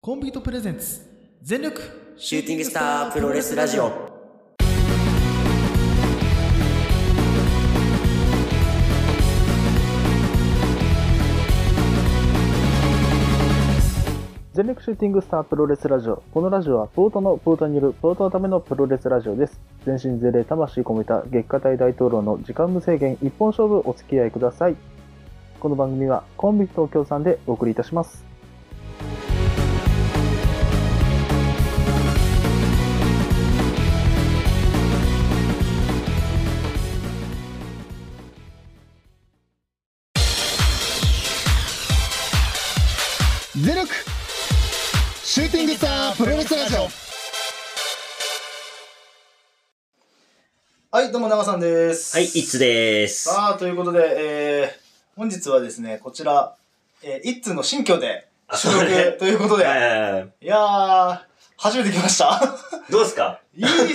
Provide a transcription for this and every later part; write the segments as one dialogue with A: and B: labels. A: コンビートプレゼンツ全力
B: シューティングスタープロレスラジオ。
C: 全力シューティングスタープロレスラジオ。このラジオはポートのポートによるポートのためのプロレスラジオです。全身全霊魂込めた月下大大統領の時間無制限一本勝負お付き合いください。この番組はコンビ東京さんでお送りいたします。
D: 全力シューティングスタープロレスラジオはいどうも長さんです
B: はい、いつです。
D: さあということで、えー、本日はですねこちら、えー、一通の新居で
B: あ
D: 収
B: そうね
D: 録ということで、
B: はいはいはい
D: いやー初めて来ました
B: どうですか
D: いいっすね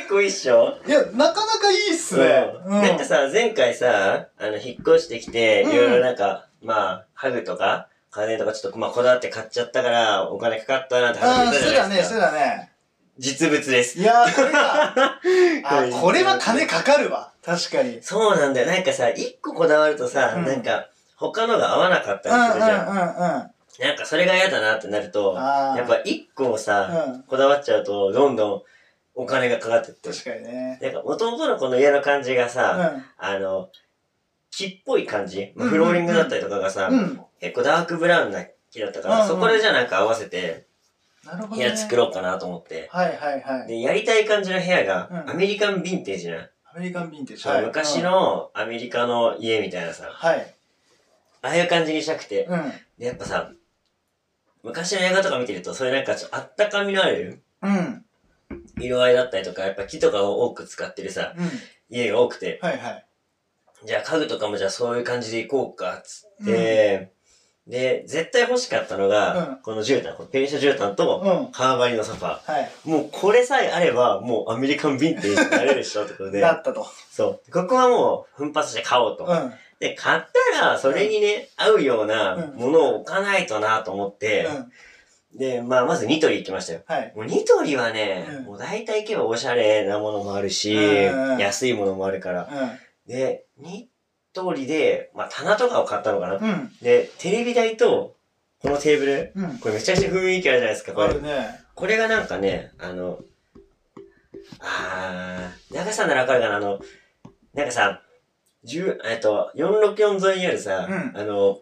B: 結構いいっしょ
D: いやなかなかいいっすね、うん
B: なんかさ、前回さ、あの、引っ越してきて、い
D: うん
B: ろいろなんか、まあ、ハグとか、家電とかちょっと、まあ、こだわって買っちゃったから、お金かかったなって
D: ああ
B: 話し
D: そ
B: た
D: う
B: じゃ
D: だ
B: な
D: ね
B: いです
D: そ
B: か。
D: うだね
B: 実物です
D: い。やーこれ があ
B: これ
D: これは金かかるわ確かに
B: そうなんだよ。なんかさ、一個こだわるとさ、
D: うん
B: なんか、他のが合わなかっ
D: うんうん
B: たりするじゃん。
D: うんうん
B: なんか、それが嫌だなってなると、
D: あー
B: やっぱ一個をさ、
D: うん
B: こだわっちゃうと、どんどんお金がかかってって。
D: 確かにね。
B: なんか、弟の子の家の感じがさ、
D: う
B: あの、木っぽい感じ、まあ
D: うん
B: フローリングだったりとかがさ、
D: ん。うん。
B: 結構ダークブラウンな木だったか
D: うん
B: ら、
D: うん
B: そこでじゃあなんか合わせて
D: なるほど、
B: 部
D: ね。
B: 屋作ろうかなと思って。
D: はいはいはい。
B: で、やりたい感じの部屋が
D: う、ん
B: アメリカンヴィンテージな、
D: アメリカンビンテージ。
B: そう
D: はい、
B: 昔
D: うん。
B: のアメリカの家みたいなさ、
D: はい。
B: ああいう感じにしたくて、
D: うん。
B: でやっぱさ、昔の映画とか見てると、そういうなんかちょっとあったかみのある
D: うん。
B: 色合いだったりとか、やっぱ木とかを多く使ってるさ、
D: うん。
B: 家が多くて、
D: はいはい。
B: じゃあ家具とかもじゃあそういう感じでいこうか、っつって、で、絶対欲しかったのが、
D: うん
B: この絨毯、このペンション絨毯
D: う
B: と、
D: ん。
B: カーバリのソファ
D: はい。
B: ー。もうこれさえあれば、もうアメリカンヴィンテージになれるでしょ、ってことで
D: だ。ったと。
B: そう。ここはもう奮発して買おうと。
D: うん。
B: で、買ったら、それにね、合うようなものを置かないとなと思って、
D: うん。
B: で、まあ、まずニトリ行きましたよ。
D: はい。
B: もうニトリはね、
D: うん
B: もう大体行けばおしゃれなものもあるし、
D: うんうん
B: 安いものもあるから、で、ニトリで、まあ、棚とかを買ったのかな。
D: うん。うん。
B: で、テレビ台と、このテーブル、
D: うん。
B: これめちゃくちゃ雰囲気あるじゃないですか、こ
D: あ
B: れ
D: る。ね。
B: これがなんかね、あの、あー、長さんならわかるかな、あの、なんかさ、10えっと、464沿いにあるさ、
D: うん
B: あの、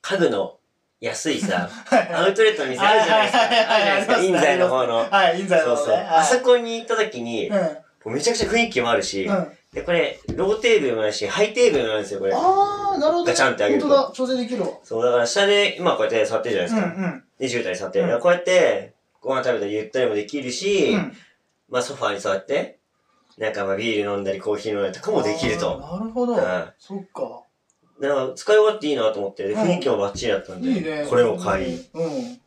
B: 家具の安いさ、
D: はい
B: アウトレットの店あるじゃないですか。ある
D: は
B: じ
D: いはいはい
B: ゃないですか、
D: あり
B: 印
D: ますね
B: 材の方の。
D: はい。印材
B: そ
D: の
B: う
D: 方
B: そう。
D: ね。
B: あそ
D: は
B: こに行った時に、
D: い。
B: もうめちゃくちゃ雰囲気もあるし、
D: うん。うん。
B: で、これ、ローテーブルもあるし、ハイテーブルもあるんですよ、これ。
D: あー、なるほど。
B: ガチャンってあげると
D: 本当だ。調整できるわ。
B: そう、だから下で、今こうやって座ってるじゃないで
D: う
B: す
D: ん
B: か。
D: うん。
B: で、渋滞に座って。
D: うん
B: だからこうやって、ご飯食べたりゆったりもできるし、
D: うん。
B: まあソファーに座って、なんかまあビール飲んだりコーヒー飲んだりとかもできると。
D: あーなるほど。
B: うん。だか
D: そっか。
B: ら使い終わっていいなと思って、で
D: うん
B: 雰囲気もバッチリだったんで、
D: いいね。
B: これを買
D: う
B: い。。
D: ん。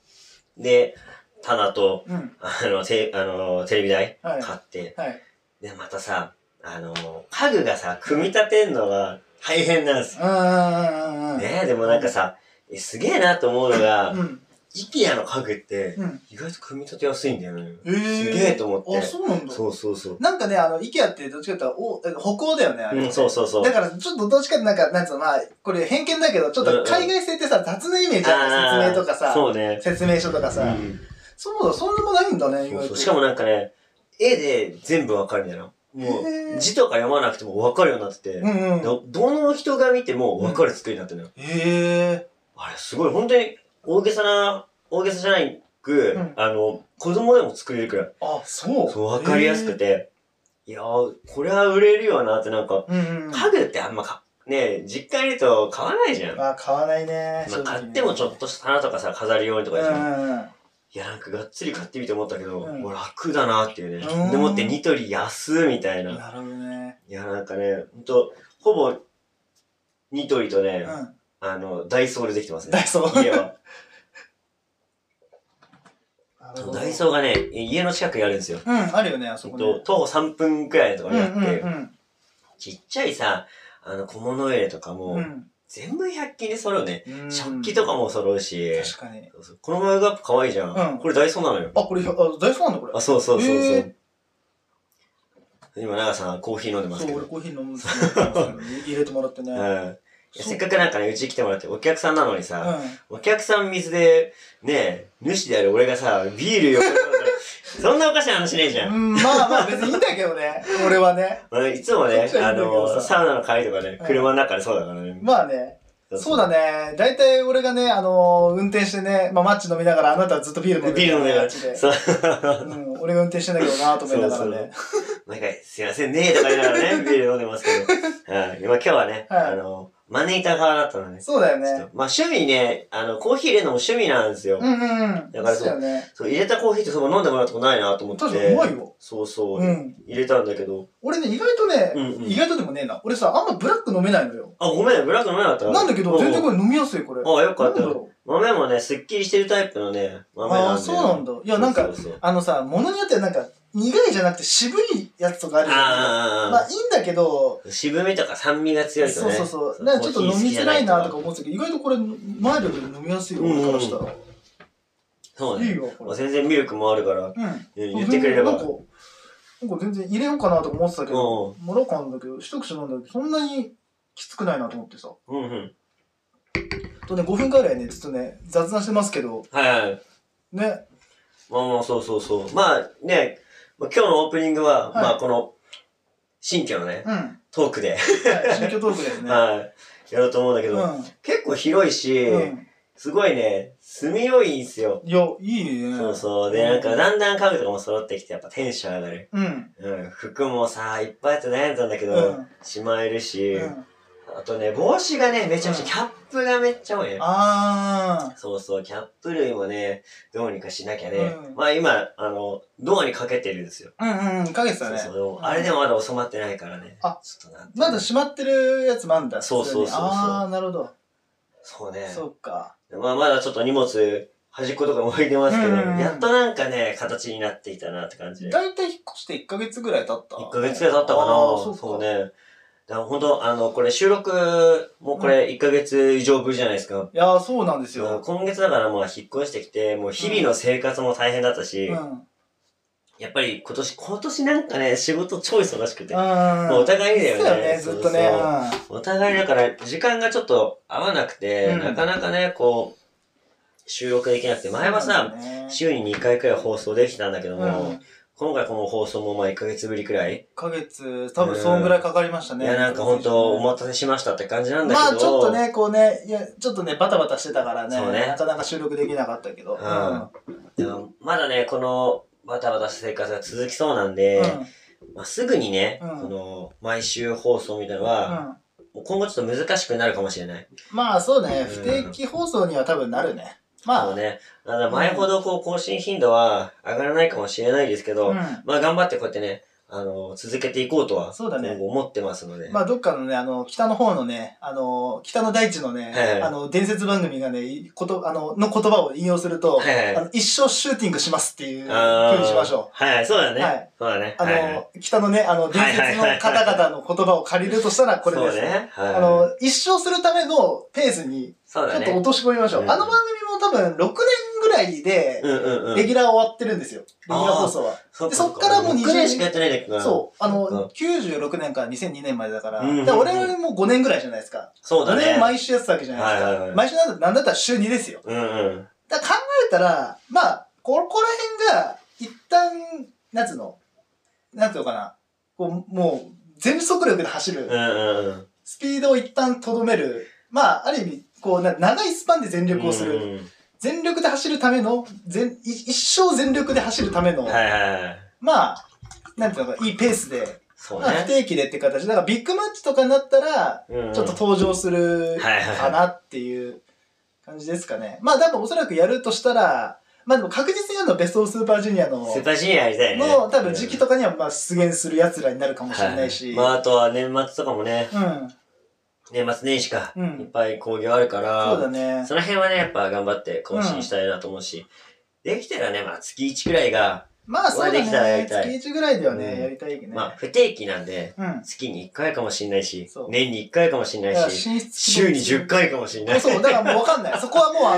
B: で、棚と、
D: うん。
B: あの、テあのテレビ台
D: は
B: 買
D: い
B: って、
D: はい。
B: で、またさ、あの、家具がさ、組み立てんのが大変なんですよ。
D: うんうんうんうん。
B: ねえ、でもなんかさ、えすげえなと思うのが、
D: うん。
B: IKEA の家具って、
D: うん。
B: 意外と組み立てやすいんだよね。
D: えー
B: すげえと思って。
D: あ、そうなんだ。
B: そうそうそう。
D: なんかね、あの、IKEA ってどっちかっていうとお、え歩行だよね、あれ。
B: うん、そうそうそう。
D: だから、ちょっとどっちかってなんか、なんつうの、まあ、これ偏見だけど、ちょっと海外製ってさ、雑なイメージあ
B: あ
D: る
B: ー
D: 説明とかさ、
B: そうね。
D: 説明書とか
B: う
D: さ。
B: ん
D: そうだ、そんなもないんだね、意
B: そう
D: 外
B: そ
D: と。
B: うしかもなんかね、絵で全部わかるんだよな。も
D: へ
B: う、
D: ー
B: 字とか読まなくてもわかるようになってて、
D: うんうん。
B: どどの人が見てもわかる作りになってるのよ。
D: へ
B: あれ、すごい。本当に大げさな、大げさじゃないく、
D: うん
B: あの、子供でも作れるくらい。
D: ー。あ、そう。
B: そう、わかりやすくて、いやー、これは売れるよなってなんか、
D: へー。うんうん。
B: 家具ってあんまか、ね実家いると買わないじゃん。ま
D: まあ、買わないね。
B: あ買ってもちょっとした棚とかさ、飾り用にと
D: とう
B: かじゃん。
D: ん。
B: いや、なんかがっつり買ってみて思ったけど、
D: うん
B: もう楽だなっていう
D: う
B: ね。
D: ん
B: でもってニトリ安みたいな。い
D: なるほどね。
B: や、なんかね、ほんと、ほぼ、ニトリとね、
D: うん。
B: あの、ダイソーでできてます
D: ダ
B: ね
D: イ。ソー。
B: 家は。
D: なるほど
B: ダイソーがね、家の近くにあるんですよ。
D: うん、あるよね、あそ
B: ほ
D: こ
B: ん
D: ね。
B: と、徒歩3分くらいのとこ
D: う
B: ろ
D: ん
B: に
D: う
B: あって、
D: んうん。
B: ちっちゃいさ、あの、小物入れとかも、
D: うん。
B: 全部100均で揃うね。
D: うん
B: 食器とかも揃うし。
D: 確かに。
B: そうそうこのマグカップ可愛いじゃん。
D: うん
B: これダイソーなのよ。
D: あ、これ、あダイソーなんだ、これ。
B: あ、そうそうそうそう。
D: へ
B: 今、長さんコーヒー飲んでます
D: そ
B: け
D: う、
B: ど。
D: 俺コーヒー飲むんですけど、入れてもらってね。
B: う
D: うん。
B: ん。いやせっかくなんかね、うちに来てもらって、お客さんなのにさ、お客さん水で、ね、主である俺がさ、ビールよ、そんなおかしな話ねえじゃん。
D: うん、まあまあ別にいいんだけどね、俺はね。
B: まあいつもね
D: そっち、は
B: あ
D: いいんだけどさ
B: の、サウナの帰りとかね
D: う、ん
B: 車の中でそうだからね。
D: まあね、そうだね。大体俺がね、あのー運転してね、まあマッチ飲みながら、あなたはずっとビール飲んで
B: ビール飲んでる
D: マッチで
B: そう。
D: うん、俺が運転してんだけどなと思いながらね。
B: なんか、すいませんね、とか言いながらね、ビール飲んでますけ ど。うん。今今日はね、
D: はい
B: あの、マネーター側だったのね。
D: そうだよ
B: ちょっ
D: ね
B: と。まあ趣味ね、あの、コーヒー入れるのも趣味なんですよ。
D: うんうんうん。
B: だから
D: そうだよね。
B: そう、入れたコーヒーってその飲んでもらったことないなと思って。
D: 確かにうまいよ。
B: そうそう、
D: うん
B: 入れたんだけど。
D: 俺ね、意外とね、
B: うんうん
D: 意外とでもねえな。俺さ、あんまブラック飲めないのよ。
B: あ、ごめん、ブラック飲めなかった
D: なんだけど、全然こ
B: れ。
D: れ飲みやすい、これ。
B: あ、よかった
D: なんだ
B: よ。
D: ろう
B: 豆もね、すっきりしてるタイプのね、豆なんで。
D: あーそうなんだいやなんか
B: そうそうそう
D: あのさ、ものによってはなんか、苦いじゃなくて渋いやつとかあるじゃん。
B: あーあー、あー
D: まあいいんだけど、
B: 渋めとか酸味が強いと
D: そう
B: ね。
D: そうそう。なんかちょっと飲みづらいなとか思ってたけど、意外とこれ、マイルドで飲みやすいよ、
B: うん
D: 俺からしたら。
B: そう
D: いい
B: ね。
D: よ、
B: ま
D: こ
B: あ
D: れ。
B: 全然ミルクもあるから、
D: うん。
B: 言ってくれれば。
D: なんか、なんか全然入れようかなとか思ってたけ
B: う
D: ど、もらおうかなんだけど、一口飲んだけど、そんなにきつくないなと思ってさ。
B: うんうん。
D: とね、5分くらいね、ちょっとね、雑談してますけど、
B: はいはい。
D: ね。
B: まあまあ、そうそうそう。まあね、まあ今日のオープニングは、
D: はい
B: まあこの、新居のね、
D: うん。はい
B: トークで、
D: 新居トーク ですね。
B: はい、やろうと思うんだけど、
D: う
B: 結構広いし、
D: ん。うん。
B: すごいね、住みよいんすよ。
D: いや、いいね。
B: そうそう。で、なんか、だんだん家具とかも揃ってきて、やっぱテンション上がる。
D: うん。
B: うん。服もさ、いっぱいあって悩んだんだけ
D: う
B: ど、
D: ん。
B: しまえるし、
D: うん。
B: あとね、帽子がね、めちゃめち
D: う
B: ゃ、
D: ん
B: キャップがめっちゃ多いね。
D: あー。
B: そうそう、キャップ類もね、どうにかしなきゃね。
D: うん
B: まあ今、あの、ドアにかけてるんですよ。
D: うんうん、かけてた
B: そう
D: ね。
B: そうでもあれでもまだ収まってないからね。
D: あ
B: ちょっとなんて
D: まだ閉まってるやつもあんだ。
B: そうそうそうそ
D: 普
B: う
D: 通にあー、なるほど。
B: そうね。
D: そっか。
B: まあまだちょっと荷物、端っことかも置いてますけど、
D: うんうんうん
B: やっとなんかね、形になってきたなって感じで。
D: だいたい引っ越して1ヶ月ぐらい経った。
B: 1ヶ月ぐらい経ったかな
D: あー
B: そ
D: そうう
B: ね
D: か。。
B: だから本当あの、これ収録、もうこれ1ヶ月以上ぶりじゃないですか。
D: いやー、そうなんです
B: もう
D: よ。
B: 今月だからまあ引っ越してきて、もう日々の生活も大変だったし、
D: うん。うん。
B: やっぱり今年、今年なんかね、仕事超忙しくて。
D: お
B: お互いだよ
D: そ
B: ね
D: うだよね、ずっとね。
B: そうお互いだから時間がちょっと合わなくて、
D: うん
B: なかなかね、こう、収録できなくて、前はさ、週に2回くらい放送できたんだけど
D: う
B: も、
D: ん。1
B: 今回この放送もまあ1ヶ月ぶりくらい、
D: ヶ月、多分そんぐらいかかりましたね。
B: いやなんか本当お待たせしましたって感じなんだけど。
D: まあちょっとね、こうね、いや、ちょっとね、バタバタしてたからね、
B: そうね
D: なかなか収録できなかったけど。
B: うんでもまだね、このバタバタした生活が続きそうなんで、まあ、すぐにね、
D: うん
B: この毎週放送みたいなの
D: うんう
B: は、
D: ん
B: もう今後ちょっと難しくなるかもしれない。
D: まあそうね、
B: う
D: 不
B: ん
D: 定期放送には多分なるね。ま
B: そ
D: あ
B: う。ね。だから前ほどこう更新頻度は上がらないかもしれないですけど、
D: うん
B: まあ頑張ってこうやってね、あの、続けていこうとは、
D: そうだね
B: 今後思ってますので。
D: まあ、どっかのね、あの、北の方のね、あの、北の大地のね、
B: はいはい
D: あの、伝説番組がね、いこと、あの、の言葉を引用すると、
B: はいはい
D: あの一生シューティングしますっていう
B: あー
D: 風にしましょ
B: はいはい、そうだね。
D: はい
B: そうだね。
D: う。あの、
B: はいはい
D: 北のね、あの、伝説の方々の言葉を借りるとしたら、これです。
B: そうね。はい、
D: あの、一生するためのペースに、
B: そ
D: ち
B: う
D: ょっ
B: だね。
D: と落とし込みましょう。
B: うん
D: あの番組も多分、6年ぐらいで、
B: うんうんうん。
D: レギュラー終わってるんですよ。レギュラー放送は。
B: そ
D: でそっからもう20
B: 20年しかやってないんだけどな。
D: そう。あの、
B: うん
D: 96年から2002年までだから、
B: うんうんうん
D: だから俺も5年ぐらいじゃないですか。
B: そうだ
D: 5
B: ね。
D: 年毎週やってたわけじゃないですか。
B: はいはいはい
D: 毎週なんだなんだったら週2ですよ。
B: うんうん。
D: だから考えたら、まあ、ここら辺が、一旦、なんつうの、なんつうのかな、こうもう、全速力で走る、
B: うんうんうん。
D: スピードを一旦とどめる、まあ、ある意味、こうな、長いスパンで全力をする、
B: うんうん
D: 全力で走るための、全い一生全力で走るための、
B: はいはいはい。
D: まあ、なんていうのか、いいペースで、
B: そう
D: まあ不
B: ね。
D: 定期でって形、だからビッグマッチとかになったら、
B: うんうん
D: ちょっと登場する
B: はいはい
D: かなっていう感じですかね。まあ多分おそらくやるとしたら、まあでも確実にやるのはベストオブスーパージュニアの、
B: スーパーシニアやりたいね。
D: の多分時期と
B: か
D: かにはまあ出現する奴らになるかもしれないし。
B: まああとは年末とかもね、
D: うん。
B: 年末年始か。
D: う
B: いっ
D: ん。
B: ぱい工業あるから、
D: そうだね。
B: その辺はね、やっぱ頑張って更新したいなと思うし、できたらね、まあ月1くらいが、
D: まあそうだ
B: お会いできたらや
D: ね
B: り。たい
D: 月1ぐらいではね、
B: うん
D: やりたいけどね。
B: まあ、不定期なんで、
D: うん。
B: 月に1回かもしんないし
D: そう、
B: 年に1回かもしんないし、
D: 進出
B: 週に10回かもしんない。
D: そう、だからもう分かんない。そこはもうあ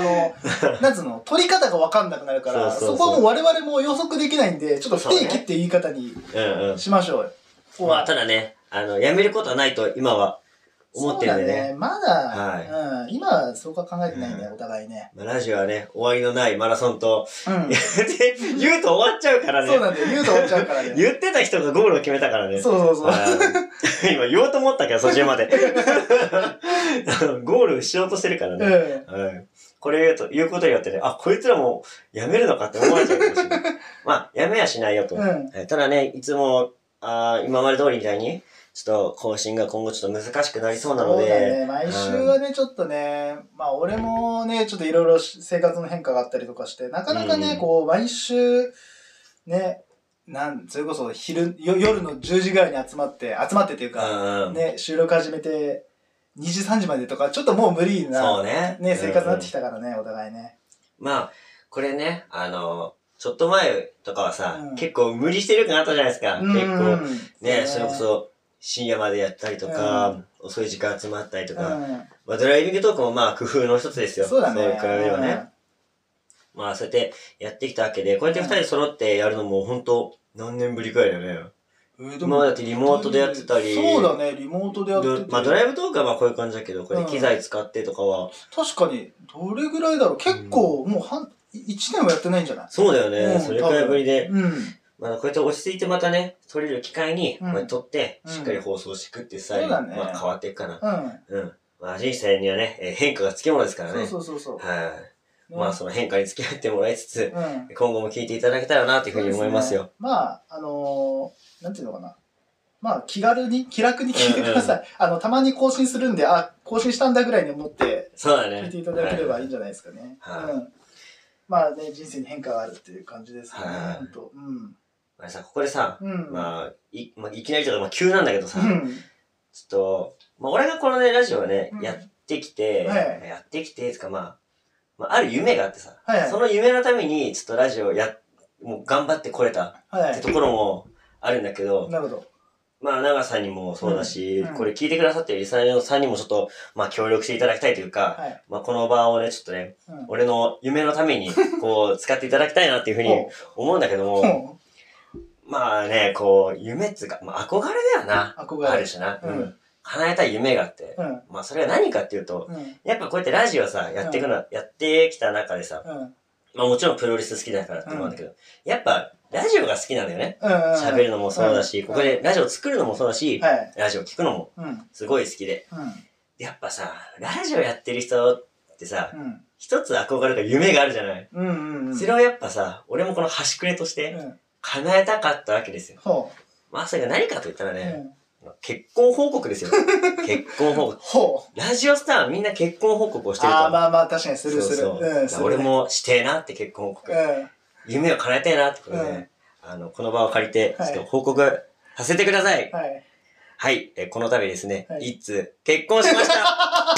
D: の、なんつうの、取り方が分かんなくなるから、
B: そうそうそう
D: そこはもう我々も予測できないんで、ちょっと不定期っていう言い方に
B: うんうん。
D: しましょうよ。ここは
B: まあ、ただね、あの、やめることはないと今は思ってるんで
D: そうだ
B: ね。
D: まだ、うん、今はそうか考えてないんだよ、お互いね。
B: まあラジオはね、終わりのないマラソンと、
D: うん。
B: 言うと終わっちゃうから
D: そう
B: ね。
D: なんだよ、言うと終わっちゃうからね。
B: 言ってた人がゴールを決めたからね。
D: そうそうそう。
B: はい今言おうと思ったけど、途中 まで。 ゴールしようとしてるからね。
D: うん。
B: はいこれを言うと、言うことによってね、あ、こいつらもうやめるのかって思われちゃうかもしれ ない。まあ、やめやしないよと。
D: うん
B: えただね、いつも、あー今まで通りみたいに、ちょっと更新が今後ちょっと難しくなりそうなの
D: そうだ
B: で、
D: ね、毎週はね、ちょっとね、まあ俺もね、ちょっといろいろ生活の変化があったりとかして、なかなかね、
B: うん
D: こう、毎週、ね、なん、それこそ昼、よ夜の10時ぐらいに集まって、集まってっていう
B: う
D: か、
B: んうん
D: ね、収録始めて、2時3時までとか、ちょっともう無理
B: そう
D: な、
B: ね。
D: ね、生活になってき
B: た。
D: たからね、お互いね。
B: まあ、これね、あの、ちょっと前とかはさ、
D: うん
B: 結構無理してるくなったじゃないですか。結
D: う
B: 構、
D: ん
B: ね、それこ、そ深夜までやったりとか、遅い時間集まったりと
D: う
B: か、
D: ん
B: まあ、ドライビングトークもまあ工夫の一つですよ。
D: そうだね。
B: そういう比べればね。まあ、そうやってやってきたわけで、こうやって二人揃ってやるのも本当何年ぶりくらいだよね。
D: うん。えーでも
B: 今までだってリモートでやってたり。
D: そうだね、リモートでやって
B: ど
D: て。
B: まあ、ドライブトークはまあこういう感じだけど、これ
D: うん
B: 機材使ってとかは、
D: 確かに、どれぐらいだろう結構、もう半、1年はやってないんじゃない
B: そうだよね。
D: うん
B: それくらいぶりで、
D: うん。
B: まあ、こうやって落ち着いてまたね、撮れる機会に、
D: うん
B: まあ、撮って、
D: うん
B: しっかり放送していくっていうスタイルに、
D: そうだね
B: まあ、変わっていくかな。
D: うん。
B: うん。まあ、人生にはね、えー変化がつきものですから
D: そう
B: ね。
D: そうそうそう。
B: はい。
D: ね
B: まあ、その変化に付き合ってもらいつつ、
D: うん。
B: 今後も聞いていただけたらな、というふうに思いますよ。
D: まあ、あのーなんていうのかな。まあ、気軽に、気楽に聞いて
B: うんうん
D: ください。あの、たまに更新するんで、あ、更新したんだぐらいに思って、
B: そうだね。
D: 聞いていただければいいん
B: じ
D: じゃないですかね。
B: はい
D: うん。まあね、人生に変化があるっていう感じですよね。
B: はい
D: ほんと。うん。
B: ゃさ、ここでさ、
D: うん。
B: まあ、い、まあ、いきなりというか、まあ、急なんだけどさ、
D: う
B: ちょっ
D: ん。
B: と、まあ、俺がこのね、ラジオをね、
D: うん
B: やってきて、
D: はい
B: やってきて、つか、まあ、まあ、ある夢があってさ、
D: はいはい
B: その夢のために、ちょっとラジオをや、もう頑張ってこれた
D: は
B: って
D: い。
B: ところもあるんだけど、
D: なるほど。
B: まあ、長さんにもそうだし、
D: うんうん
B: これ聞いてくださってるリサーさんにもちょっと、まあ、協力していただきたいというか、
D: はい。
B: まあ、この場をね、ちょっとね、
D: うん
B: 俺の夢のために、こ う、使っていただきたいなっていうふうに思うんだけども、
D: ほ
B: まあね、こう、夢っつうか、まあ憧れだよな。
D: う憧れ。
B: あるしな。
D: うん
B: 叶えたい夢があって。
D: うん。
B: まあそれは何かっていうと、
D: うん。
B: やっぱこうやってラジオさ、やっていくの、やってきた中でさ、
D: うん。
B: まあもちろんプロレス好きだからって思うんだけど、やっぱラジオが好きなんだよね。喋、
D: 喋
B: るのもそうだし、
D: うん
B: ここでラジオ作るのもそうだし、
D: はい。
B: ラジオ聞くのも
D: うん。うん。
B: すごい好きで。やっぱさ、ラジオやってる人ってさ、
D: うん。
B: 一つ憧れとか夢があるじゃない。
D: うんうんうん。
B: それをやっぱさ、俺もこの端くれとし
D: う
B: て
D: ん。
B: 叶えたかったわけですよ。
D: ほ
B: まあそれが何かと言ったらね、
D: う。うん
B: 結婚報告 ですよ。結婚報告。
D: ほう。
B: ラジオスターはみんな結婚報告をしてると
D: あ
B: 思
D: あ、
B: う。
D: まあまあ、確かにするする。
B: そうそう
D: うん、する。
B: 俺。もしてえなって結婚報
D: う
B: 告。
D: ん。
B: 夢を叶えたいなってことでね、あの、この場を借りて、ちょ
D: は
B: っ
D: い
B: と報告させてください。はい、
D: はい。
B: えーこの度ですね、
D: はい
B: いつ結婚しました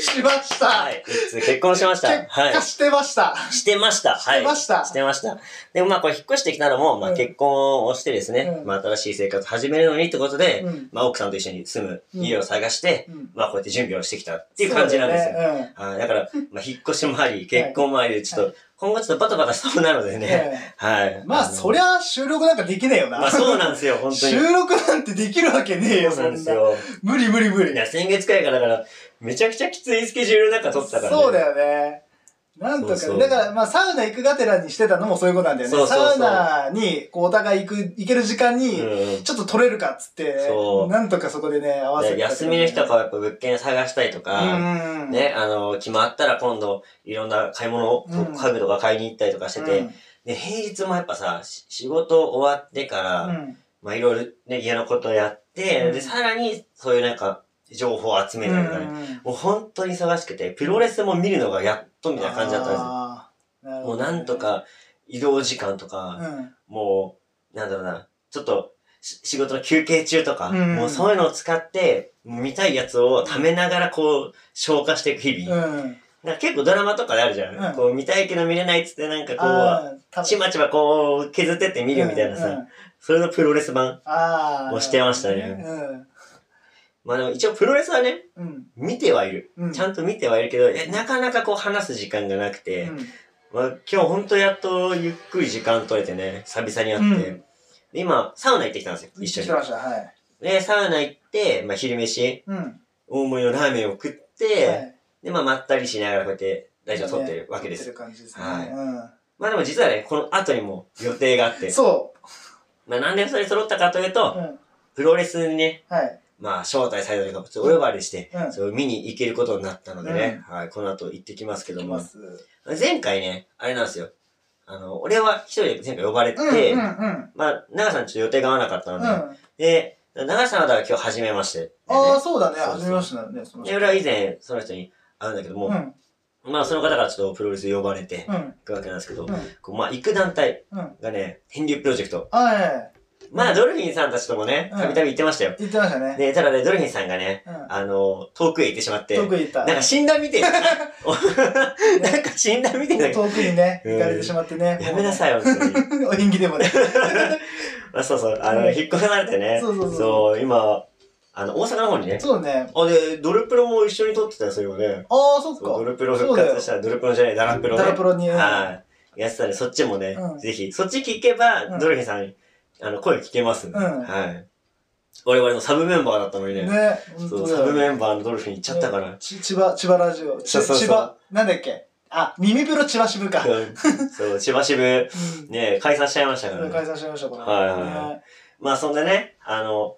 D: しました。
B: はい、いつ結婚しました
D: 結
B: はい
D: 果。してました。
B: してました。はい。
D: してました
B: してました。でもまあこれ引っ越してきたのも、まあ
D: うん
B: 結婚をしてですね、
D: うん
B: まあ新しい生活始めるのにってことで、
D: うん
B: まあ奥さんと一緒に住む
D: うん
B: 家を探して、
D: うん
B: まあこうやって準備をしてきたっていう感じなんですよ。
D: そうだね
B: はい、だから、まあ、引っ越しもあり、結婚もありで、ちょっと、今後ちょっとバタバタしそうなので
D: うん
B: ね。
D: え
B: はい
D: え。まあ、
B: の
D: そりゃ収録なんかできねえよな。
B: まあ、そうなんですよ、 本当に。
D: 収録なんてできるわけねえよ、
B: そう
D: そ
B: なん
D: ん
B: です
D: な。
B: よ。
D: 無理無理無理
B: い。や、先月くらいから、だから、めちゃくちゃきついスケジュールなんか取ってたからね。
D: そうだよね。なんとかね、
B: そうそ
D: だ
B: う
D: から、まあ、サウナ行くがてらにしてたのもそういうことなんだよね。
B: そうそうそう
D: サウナに、こう、お互い行く、行ける時間に、
B: うんうん
D: ちょっと取れるかっつって、
B: そう
D: なんとかそこでね、合わせて、
B: で休みの日とかはやっぱ物件探したりとか、
D: うん。
B: ね、あの、決まったら今度、いろんな買い物を、
D: うん
B: 家具とか買いに行ったりとかしてて、
D: うん
B: で、平日もやっぱさ、し仕事終わってから、
D: うん
B: まあ、いろいろね、家のことやって、
D: うん
B: で、さらに、そういうなんか、情報を集めたりとかね。もう本当に忙しくて、プロレスも見るのがやっとみたいな感じだったんですよ。
D: です
B: もうなんと、か、移動時間とか、もう、なんだろうな、ちょっと、し仕事の休憩中とか、
D: うん
B: もうそういうのを使って、見たいやつを貯めながらこう、消化していく日
D: うん。
B: 々。
D: うん。
B: なんか結構ドラマとかであるじゃん。
D: うん
B: こう見たいけど見れないっつってなんかこ
D: ああ、た
B: う、ちまちまこう削ってって見るみたいなさ、
D: うんうん
B: それのプロレス版。
D: ああ。
B: をしてましたねまあでも一応プロレスはね、
D: うん。うん。
B: 見てはいる。
D: うん。
B: ちゃ
D: んと、
B: んと見てはいるけど、えなかなかこう話す時間がなくて、まあ今日ほんとやっとゆっくり時間取れてね、久々に会って、
D: うん
B: で今サウナ行ってきたんですよ、
D: 一緒
B: 一緒
D: に。
B: に
D: 来。ました、はい。
B: で、サウナ行って、まあ昼飯、
D: うん。
B: 大盛りのラーメンを食って、
D: はい
B: で、まあまったりしながらこうやって大事を取ってるわけで
D: 撮っ
B: す。
D: てる感じですね。
B: はい
D: い。
B: まあでも実はね、この後にも予定があっ
D: う
B: て
D: ん。、そ
B: まあなんでそれ揃ったかという
D: う。う
B: と、
D: ん。
B: プロレスにね、
D: はい。
B: まあ招待されたりとか、ちょっとお呼ばれして、
D: うん。
B: それを見に行けることになったのでね、はい、この後行ってきますけど
D: い
B: も
D: ま、す。う
B: 前回ね、あれなんですよ。あの、俺は一人で前回呼ばれて、
D: ん。うん。うん。
B: まあ、長さんちょっと予定が合わなかった
D: う
B: の
D: ん。
B: で、
D: あ
B: で、長さんはだから今日初めまして、
D: あ、そうだね。
B: そうそう
D: 初めましてだね、その
B: で、俺は以前その人に会うんだけども、
D: うん。
B: まあその方からちょっとプロレス呼ばれて、
D: うん。
B: 行くわけなんですけど、
D: うん。
B: こうまあ行く団体
D: うん。
B: がね、天竜プロジェクト。
D: はい。
B: まあドルフィンさんたちともね、
D: うん
B: たびたび行ってましたよ。
D: 言ってましたね。
B: で、ただね、ドルフィンさんがね、
D: うん。
B: あの、遠くへ行ってしまって、
D: 遠くに行った。
B: なんか診断見てる なんか診断見てるんだけど、
D: 遠くにね、
B: うん
D: 行かれてしまってね。
B: やめなさい、本当に。
D: い。お演技でもね。
B: まあ、そうそう、あ
D: う
B: の、
D: ん
B: 引っ越されてね。
D: そうそうそう
B: そう、今、あの、大阪の方にね。
D: そうね。
B: あ、で、ドルプロも一緒に撮ってたよ、それをね。
D: ああ、そっ
B: そうド
D: か。
B: ルプロ復活したら、ドルプロじゃない、ダラプロね。
D: ダラプロに。
B: はい。やってたんで、そっちもね、
D: うん
B: ぜひ、そっち聞けば、
D: うん
B: ドルフィンさんに、あの、声聞けますんで、
D: うん
B: はい。我々のサブメンバーだったのにね。
D: ね。本
B: そう、
D: 当
B: サ
D: だ
B: ブ
D: よ
B: メンバーのドルフィン行っちゃったから。
D: ち千葉、千葉ラジオ。ち
B: そうそうそ
D: 千
B: う
D: 葉、なんだっけあ、耳プロ千葉支部か。うん
B: うん そう、しばしぶ、ね、解散しちゃいましたからね。
D: 解散しました、これ。
B: はいはいはまあそんでね、あの、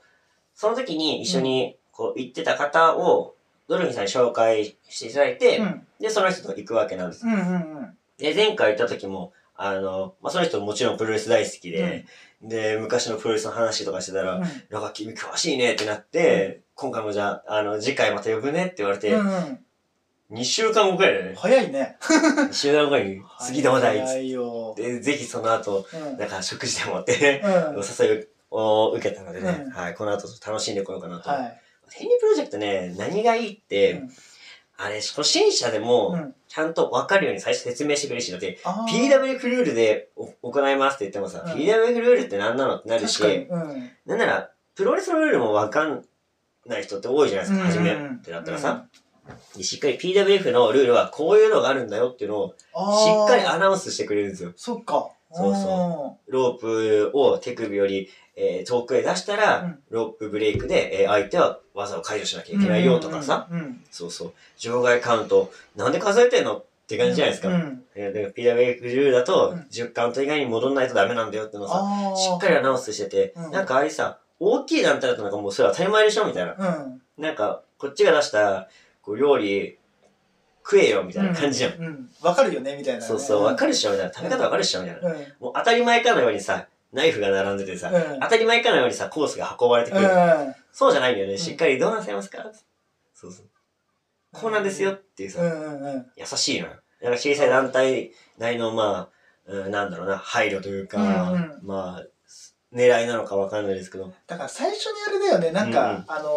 B: その時に一緒にこう行ってた方を、ドルフィンさんに紹介していただいて、
D: ね
B: で、その人と行くわけなんです。
D: うんうんうんうん。
B: で、前回行った時も、あの、まあその人もちろんプロレス大好きで、で、昔のプロレスの話とかしてたら、
D: う
B: なんか君詳しいねってなって、今回もじゃあ、あの、次回また呼ぶねって言われて、
D: んうんうん。
B: 2週間後くらいだよ ね。
D: 早いね。
B: 2週間後に、次の話題っつ
D: 早
B: っ
D: いよ。
B: て、でぜひその後、
D: うん。うん
B: なんか食事でもって、お誘いを受けたのでね、
D: うん
B: はい、この後ちょっと楽しんでこようかなと。
D: はい。
B: 天理プロジェクトね、何がいいって、
D: うん
B: あれ、初心者で
D: う
B: も、
D: ん。
B: ちゃんと分かるように最初説明してくれるし、だって、
D: あー
B: PWF ルールでお行いますって言ってもさ、
D: うん
B: PWF ルールって何なのってなるし
D: 確、かに。うん。
B: なんなら、プロレスのルールも分かんない人って多いじゃないですか、初め
D: うん
B: ってなったらさ、しっかり PWF のルールはこういうのがあるんだよっていうのを、
D: うんあー
B: しっかりアナウンスしてくれるんですよ。
D: そっか。
B: そう
D: そ
B: ロープを手首より、えー遠くへ出したら、
D: うん
B: ロープブレイクで、えー相手は技を解除しなきゃいけないよとかさ、。
D: うんうん
B: そうそう、場外カウント、なんで数えてんのって
D: うん。
B: 感じじゃないですか。
D: うん。
B: えーだから PWF10 だと
D: うん、
B: 10カウント以外に戻んないとダメなんだよってのをさ、
D: ああ。
B: しっかりアナウンスしてて、
D: うん
B: なんかあれさ、大きい団体だとなんかもうそれ当たり前でしょみたいな。
D: うん。
B: なんか、こっちが出した、こう、料理、食えよみたいな感じじゃん。
D: うん。わかるよね、みたいなね。
B: そうそう、わかるっしょみたいな。食べ方わかるっしょみたいな。
D: うん。うん。
B: もう当たり前かのようにさ、ナイフが並んでてさ、
D: うん
B: 当たり前かのようにさ、コースが運ばれてくる。
D: うん
B: そうじゃないんだよね。しっかりどうなさいますかそうそう。こうなんですよっていうさ、
D: うんうんうん。
B: 優しいのよ。だから小さい団体内の、まあ、うん、なんだろうな、配慮というか、
D: うんうん
B: まあ、狙いなのかわかんないですけど、
D: だから最初にあれだよね、なんか、
B: うんうん
D: あの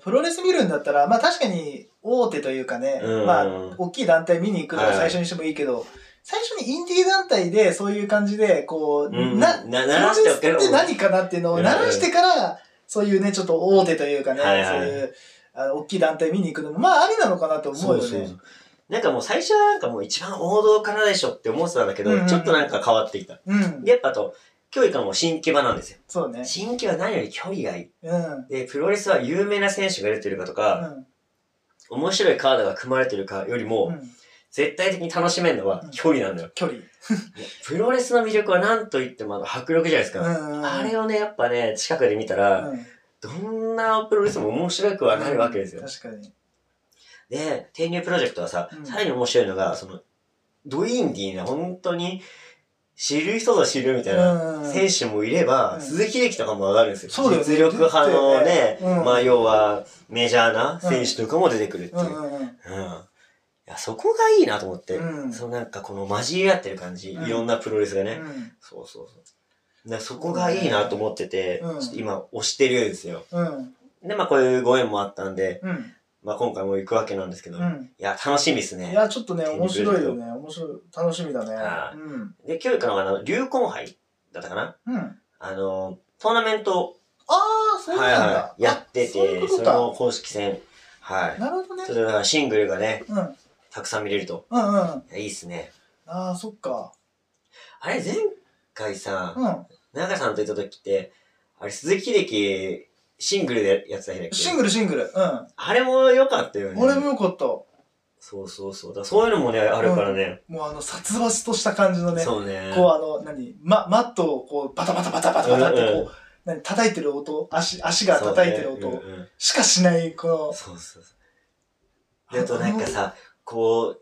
D: ープロレス見るんだったら、まあ確かに大手というかね、
B: うん
D: まあ大きい団体見に行くとか
B: はい
D: 最初にしてもいいけど、最初にインディー団体でそういう感じで、こう、
B: うん、
D: な、プ
B: な、
D: ロ
B: 鳴
D: レ
B: らしてお
D: スっ
B: ける
D: て何かなっていうのを鳴らしてから、そういうね、ちょっと大手というかね、
B: はいはい
D: そういうあの大きい団体見に行くのも、まあありなのかなと思うよね。
B: そうそうそうなんかもう最初はなんかもう一番王道からでしょって思ってたんだけど、
D: うんうん
B: ちょっとなんか変わってきた。
D: うん。
B: でやっぱあと、教育はもう新規場なんですよ。
D: そうね。
B: 新規は何より距離がいい。
D: うん。うん。
B: で、プロレスは有名な選手が出てるかとか、面白いカードが組まれてるかよりも、
D: うん
B: 絶対的に楽しめるのは
D: うん
B: 距離なんだよ。
D: 距離。
B: プロレスの魅力は何と言ってもあの迫力じゃないですか。
D: うん。
B: あれをね、やっぱね、近くで見たら、
D: うん
B: どんなプロレスも面白くはなるわけですよ。
D: 確かに。
B: で、転入プロジェクトはさ
D: う、ん
B: さらに面白いのが、その、ドインディーな、本当に、知る人ぞ知るみたいな、
D: うん
B: 選手もいれば、
D: うん
B: 鈴木力とかも上がるんですよ。
D: そうだよね
B: 実力派の
D: 出
B: ね、
D: てたよねうん
B: まあ要は、メジャーな選手とかも出てくるってい
D: う
B: う。うん
D: んうんうん。
B: いやそこがいいなと思って、
D: うん
B: そのなんかこの混じり合ってる感じ、
D: うん
B: いろんなプロレスがね、
D: うん
B: そうそうそう。だからそこがいいなと思ってて、
D: うん
B: ちょっと今推してるんですよ。
D: うん。
B: で、まあこういうご縁もあったんで、
D: うん。
B: まあ今回も行くわけなんですけど、
D: う
B: い
D: ん。
B: や、楽しみです
D: い
B: ね。
D: や、ちょっとね、面白いよね。面白い。楽しみだ
B: は
D: ね。うん。
B: で、今日行くのが、あの、流行杯だったかな
D: うん。あ
B: あの、トーナメント、
D: あー、そうなんだ。
B: い、やって
D: あそういう
B: て、
D: こと
B: そ
D: か
B: れの公式戦。はい。
D: なるほどね
B: そ。れからシングルがね、
D: うん。うん
B: たくさん見れると。
D: うんうん。
B: いやいいっすね。
D: ああ、そっか。
B: あれ、前回さ、
D: うん。
B: 長さんと行った時って、あれ、鈴木秀樹、シングルでやってた日だっけ
D: シングルシングル。うん。
B: あれも良かったよね。
D: 俺もよかった。も
B: そうそうそう。だからそういうのもね、あるからね。
D: うあの、殺伐とした感じのね。こ
B: そうね。
D: うあの、何ま、マットをこう、バタバタバタバタバタって
B: うんう
D: こう、何叩いてる音、足、足が叩いてる
B: そうね
D: 音
B: うんうん
D: しかしない、この、
B: そうそうそう。であとなんかさ、こう、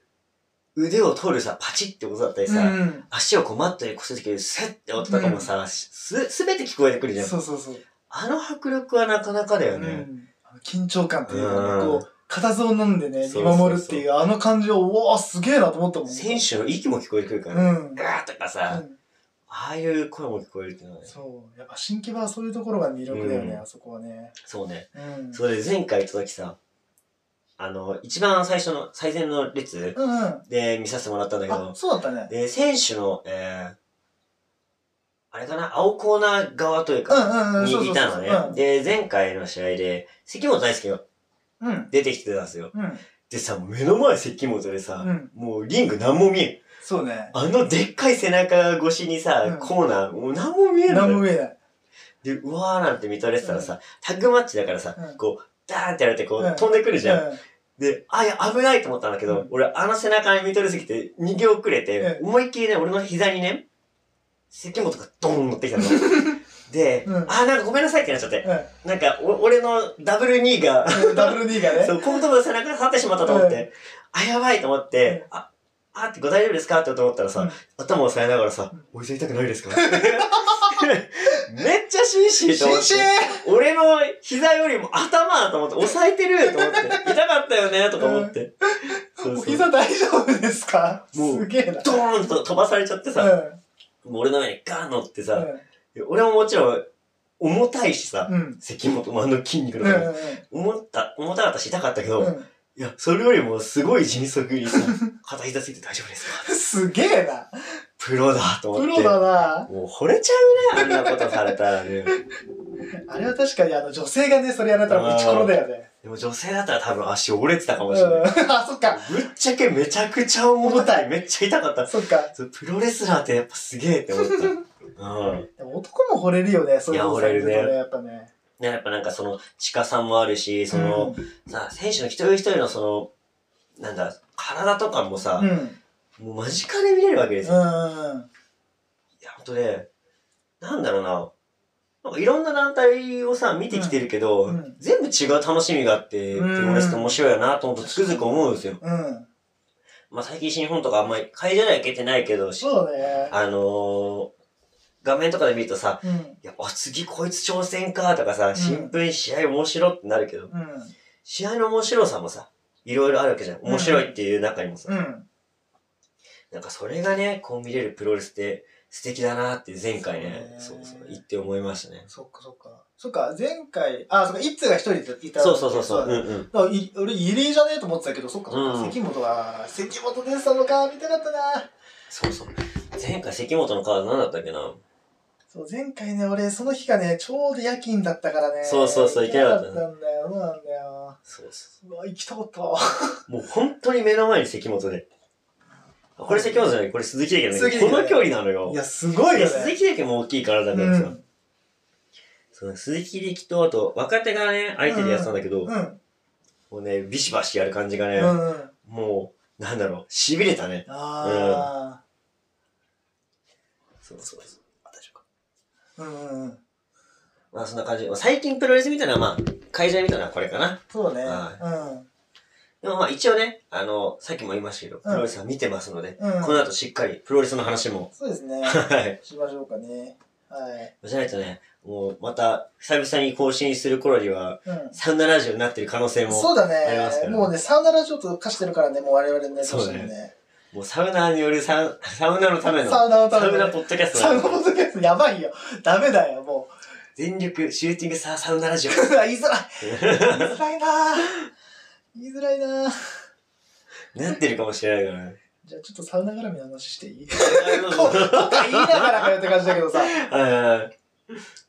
B: 腕を取るさ、パチって音だったりさ、
D: うん
B: 足をこうマットにこするときにセッて音とかもさ、す、すべて聞こえてくるじゃん。
D: そうそうそう。
B: あの迫力はなかなかだよ
D: う
B: ね。
D: んあの緊張感というかね、
B: うん
D: こう、固唾を飲んでね、
B: そ
D: 見
B: うそうそう
D: 守るっていう、あの感じを、うわあすげえなと思ったもん。
B: 選手の息も聞こえてくるか
D: う
B: らね。
D: ん。
B: ガーとかさ、
D: うん
B: ああいう声も聞こえるっていうのはね。
D: そう。やっぱ新規場はそういうところが魅力だよね、
B: うん
D: あそこはね。
B: そうね。
D: うん。
B: それで前回行った時さ、あの、一番最初の、最前の列
D: うんうん。
B: で見させてもらったんだけ
D: あ
B: ど、、
D: そうだったね。
B: で、選手の、えー、あれかな、青コーナー側という
D: う
B: か、
D: んうんうん。そう
B: に
D: そ
B: いうた
D: そう
B: のね。で、前回の試合で、関本大輔が
D: うん。うん。
B: 出てきてたんですよ。
D: うん。
B: でさ、目の前関本でさ、
D: うん
B: もうリング何も見えん。
D: そうね。
B: あのでっかい背中越しにさ、
D: うん
B: コーナー、もう何も見えんの
D: 何も
B: よ。
D: 見えない。
B: で、うわーなんて見とれてたらさ、タッグマッチだからさ、
D: うん
B: こう、ダーンってやられてこう、
D: うん
B: 飛んでくるじゃん。
D: うん
B: で、あ、いや、危ないと思ったんだけど、
D: うん
B: 俺、あの背中に見とれすぎて、逃げ遅れて、
D: う
B: 思いっきりね、俺の膝にね、関本がドーン乗ってきた の。で、
D: うん
B: あ、なんかごめんなさいってなっちゃって、
D: う
B: なんか、お俺のダブル2が、
D: ん。ダブル D がね。
B: そう、コントの背中が立ってしまったと思っ
D: う
B: て、あ、やばいと思って、あ、あって、ご大丈夫ですかって思ったら
D: うん
B: さ、頭を押さえながらさ、お膝痛くないですか めっちゃ紳士と思っ
D: 新
B: て
D: 進。
B: 俺の膝よりも頭だと思って、押さえてると思って、痛かったよねとか思って。そう
D: お
B: そう
D: 膝大丈夫ですか
B: もう
D: すげえな。
B: ドーンと飛ばされちゃって
D: うん
B: さ、もう俺の上にガーン乗ってさ、
D: う
B: 俺ももちろん重たいしさ、
D: ん。うん。
B: 関本もあの筋肉
D: う
B: の
D: んう
B: 感
D: ん
B: じ、重た、重たかったし痛かったけど、
D: うんうん。
B: いや、それよりもすごい迅速にさ、片膝ついて大丈夫ですか
D: すげえな。
B: プロだと思って。
D: プロだな。
B: もう惚れちゃうね、あんなことされた らね。
D: あれは確かにあの女性がね、それやられたらぶちころだよね。
B: でも女性だったら多分足折れてたか
D: う
B: も
D: ん。
B: しれない。
D: あ、そっか。
B: ぶっちゃけめちゃくちゃ重たい。めっちゃ痛かった。
D: そっか。
B: そうプロレスラーってやっぱすげえって 思った。うん。ね
D: でも男も惚れるよね、そういうことされるとね、
B: いや惚れるね
D: やっぱね。
B: やっぱなんかその、近さもあるし、その、さ、選手の一人一人のその、なんだ、体とかもさ
D: うん。う、ん。うん
B: もう間近で見れるわけですよ。
D: うん
B: いや、ほんとね、なんだろうな。なんかいろんな団体をさ、見てきてるけど、
D: うんうん
B: 全部違う楽しみがあって、プ
D: うん
B: ロレスって面白いよなと思ってつくづく思うんですよ。
D: うん。うん。
B: まあ最近新日本とかあんまり会場では行けてないけど、し
D: そうね。
B: あのー、画面とかで見るとさ、
D: うん。
B: いや、あ、次こいつ挑戦かとかさ、
D: ん
B: 新聞試合面白ってなるけど、
D: うん。
B: 試合の面白さもさ、いろいろあるわけじゃん。面白いっていう中にもさ、
D: うん。
B: なんかそれがね、こう見れるプロレスって素敵だなって前回ね、
D: そ
B: そうう
D: ね
B: そう言って思いましたね。
D: そっかそっか。そっか、前回、あ、そっか、一通が一人でいた
B: そうそうそうそう。うん
D: だ
B: う
D: から
B: ん。
D: い俺、異例じゃねえと思ってたけど、そっか、そっか
B: うん
D: 関本が、関本出てたのか、見たかったな。
B: そうそう。前回関本のカード何だったっけな
D: そう、前回ね、俺、その日がね、ちょうど夜勤だったからね。
B: そうそうそう
D: 行け
B: 行け
D: な
B: な
D: か
B: か
D: っ
B: ったた
D: ん
B: ね
D: だよ、そうなんだよ。
B: そうそう
D: わ、行きたかったわ。
B: う。もう本当に目の前に関本で。これ関本じゃない、これ鈴木駅なんだけ
D: 鈴
B: ど、
D: 木だ
B: こ
D: ね
B: の距離なのよ
D: い。や、すごい
B: で
D: よ
B: 鈴
D: ね。
B: 木駅も大きいからだから
D: う
B: さ
D: ん。
B: その鈴木力と、あと、若手がね、相手でやってたんだけど、
D: う
B: も
D: ん。
B: うね、ビシバシやる感じがね、
D: うんうん。
B: もう、なんだろう、痺れたね。
D: あ
B: そうそうそう。大丈夫か。
D: あ。うんうん。
B: まあそんな感じ。最近プロレスみたいなまあ、会場みたいなのはこれかな。
D: そうね。
B: はでもまあ一応ね、あの、さっきも言いましたけど、プロレスは見てますので、
D: うん。
B: こ
D: うん。
B: の後しっかりプロレスの話も、
D: そうです ね。
B: はい。
D: しましょうかね。はい。
B: じゃないとね、もうまた久々に更新する頃には、
D: う
B: サウナラジオになってる可能性
D: ん。
B: も、
D: そうだ
B: ありますか
D: ね。
B: ら
D: もうね、サウナラジオと化してるからね、もう我々ね、ど
B: そうう
D: し
B: だ
D: て
B: ね
D: もね。
B: もうサウナーによるサウサウナのための、
D: サウナのた
B: サ
D: め
B: ウ
D: の
B: ナ
D: ね
B: ポッドキャスト
D: サ
B: な
D: ウナ
B: の
D: ポッドキャストやばいよ。ダメだよ、もう。
B: 全力シューティングサーサウナラジオ。
D: 言いづらい。言いづらいなぁ言いづらいなぁ
B: なってるかもしれないから ね。
D: じゃあちょっとサウナ絡みの話していい
B: どう
D: こ
B: ぞ
D: う今回言いながらかよって感じだけどさ。
B: はいはいはい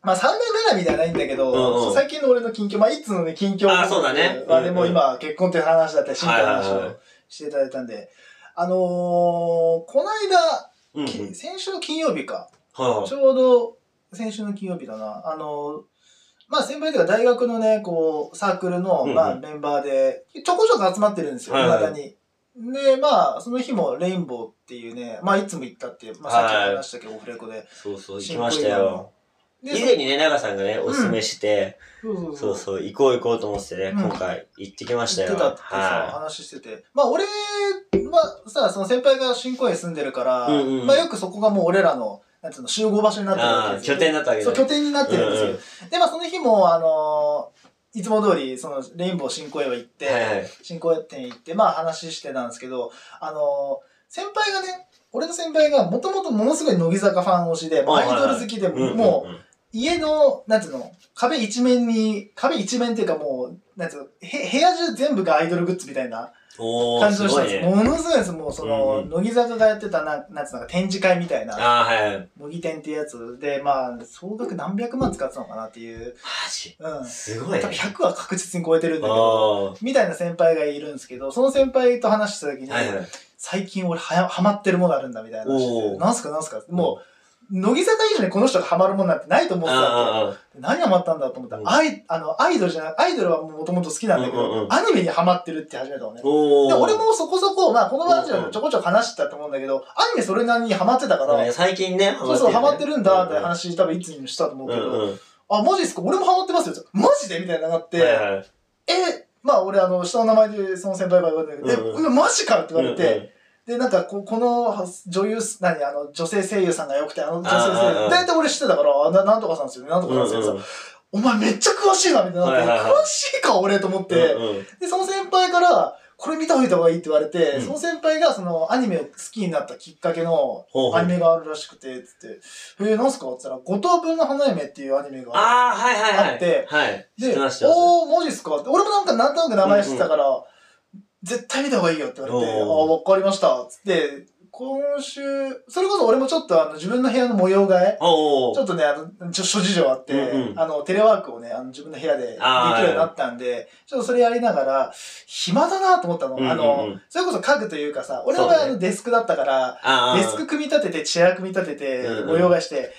D: まあサウナ絡みではないんだけど、
B: うんうん
D: 最近の俺の近況、まあいつのね、近況
B: あそうだね
D: まあでも今、結婚っていう話だったり、進化の話
B: はいはいはい
D: をしていただいたんで、あのー、この間、
B: うんうん。
D: き先週の金曜日か、
B: は
D: ちょうど先週の金曜日だな、あのー、まあ先輩というか大学のね、こう、サークルの、
B: うんうん
D: まあメンバーで、ちょこちょこ集まってるんですよ、
B: はいはい
D: 未だに。で、まあ、その日もレインボーっていうね、まあいつも行ったっていう、まあさっきも話したけど、オフレコで
B: い。。そうそう、行
D: 行
B: きましたよ。。
D: で
B: 以前にね、長さんがね、おすすめして、
D: そうそう
B: そうそう、行こう行こうと思ってね、
D: うん
B: 今回行ってきました
D: 言っ
B: よ。
D: てたってさ、
B: は
D: 話してて。まあ、俺はさ、その先輩が新公園住んでるから、
B: うんうん
D: まあ、よくそこがもう俺らの、なんていうの、集合場所になってるわけ
B: あ
D: で
B: ー
D: すよ
B: 拠点になったわけだ
D: そう、拠点になってるんですよ。
B: うん
D: で、まあ、その日も、あのーいつも通り、その、レインボー新公園は行って、
B: い。はいはい。
D: 新公園店行って、まあ、話してたんですけど、あのー先輩がね、俺の先輩がもともとものすごい乃木坂ファン推しで、もうアイドル好きで、
B: うんうんうん
D: もう、家の、なんていうの、壁一面に、壁一面っていうかもう、なんていうの、へ部屋中全部がアイドルグッズみたいな
B: おー、
D: 感じ
B: す
D: の人
B: ご
D: です。
B: いね。
D: ものすごいです。もうその、
B: うん
D: 乃木坂がやってたな、なんていうのか、展示会みたいな、
B: あー、はいはい。
D: 乃木展っていうやつで、まあ、総額何百万使ってたのかなっていう、
B: マジ。
D: うん。
B: すご
D: 多
B: い
D: 分
B: ね。
D: 100は確実に超えてるんだけど、
B: あー。
D: みたいな先輩がいるんですけど、その先輩と話した時に、
B: はいはい。
D: 最近俺はやハマってるものあるんだみたいな話して
B: お
D: て、
B: ー
D: なんすかなんすかもう、乃木坂以上にこの人がハマるものなんてないと思ってたわけよ
B: あ
D: 何ハマったんだと思ったら、
B: うん
D: アイあのアイドルじゃないアイドルはもともと好きなんだけど、
B: うんうんうん
D: アニメにハマってるって始めたのね
B: ー。おー。
D: で俺もそこそこ、まあ、この話
B: うんう
D: は
B: ん
D: ちょこちょこ話してたと思うんだけど、アニメそれなりにハマってたから、
B: ね、最近ね、
D: そうそう、ハマってるんだって
B: 話
D: 話、多分いつにもしたと思う
B: う
D: けど、
B: んうん。
D: あ、マジですか俺もハマってますよ。マジでみたいななって、
B: はいはい
D: え、まあ俺、あの、下の名前でその先輩が言われて、で
B: うん
D: えマジかって言われて、
B: うんうん
D: で、なんかこ、このは女優、何、あの、女性声優さんが良くて、あの女性
B: あ
D: 声
B: ああ
D: 優、大体俺知ってたから、あななんとかさんですよね、なんとかさんですよね、お前めっちゃ詳しいな、みたいになって、
B: はいはいはい
D: 詳しいか、俺と思って、
B: うんうん
D: で、その先輩から、これ見た方がいいって言われて、
B: うん
D: その先輩がそのアニメを好きになったきっかけの
B: ほうほう
D: アニメがあるらしくて、つって、えー、なんすかって言ったら、五等分の花嫁っていうアニメがあっ
B: ああ、はいはいはい。
D: あって、
B: はい。知っててましたよ。
D: おー、マジっすかって、俺もなんかなんとなく名前知ってたから、絶対見た方がいいよって言われて、あ
B: お
D: あ
B: う
D: ー、
B: おう
D: わかりました、つって、今週、それこそ俺もちょっとあの自分の部屋の模様替え、
B: お
D: ちょ
B: ー
D: っとね、あの、ちょ諸事情あって、
B: うんうん
D: あの、テレワークをね、あの、自分の部屋でできる
B: あー
D: ようになったんで、ちょっとそれやりながら、暇だなと思ったの。
B: うんうんうん
D: あの、それこそ家具というかさ、俺の場合
B: そうね
D: あのデスクだったから、
B: あー
D: デスク組み立てて、チェア組み立てて
B: うんう、ん
D: 模様替えして、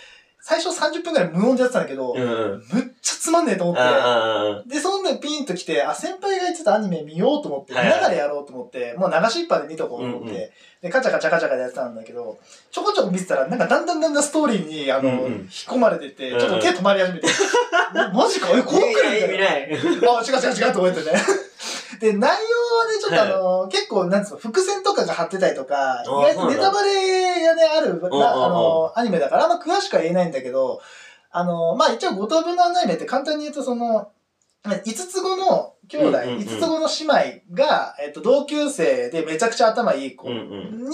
D: 最初30分くらい無音でやってたんだけど、
B: うんうん。
D: むっちゃつまんねえと思って、
B: あーあー、あー
D: で、そんでピンと来て、あ、先輩が言ってたアニメ見ようと思って、見
B: はいはい
D: ながらやろうと思って、もう流しっぱで見とこうと思って、
B: うんうん
D: で、カチャカチャカチャカチャやってたんだけど、ちょこちょこ見てたら、なんかだんだんだんだんストーリーに、あの、
B: うんうん
D: 引き込まれてって、
B: うんうん
D: ちょっと手止まり始め て、マジかえ、こう来る
B: 意
D: み
B: 味ない、意
D: た
B: 味
D: いな。
B: ない。
D: あ、違う違う違うと思ってね。 で、内容はね、ちょっとあの、結構、なんつうの、伏線とかが貼ってたりとか、意外とネタバレがね、ある、な
B: うんうん
D: あの、アニメだから、あんま詳しくは言えないんだけど、あの、まあ、一応、五等分のアニメって簡単に言うと、その、5つ子の兄弟、
B: うんうんうん
D: 5つ子の姉妹が、えっと、同級生でめちゃくちゃ頭いい子
B: う
D: に、
B: んうん。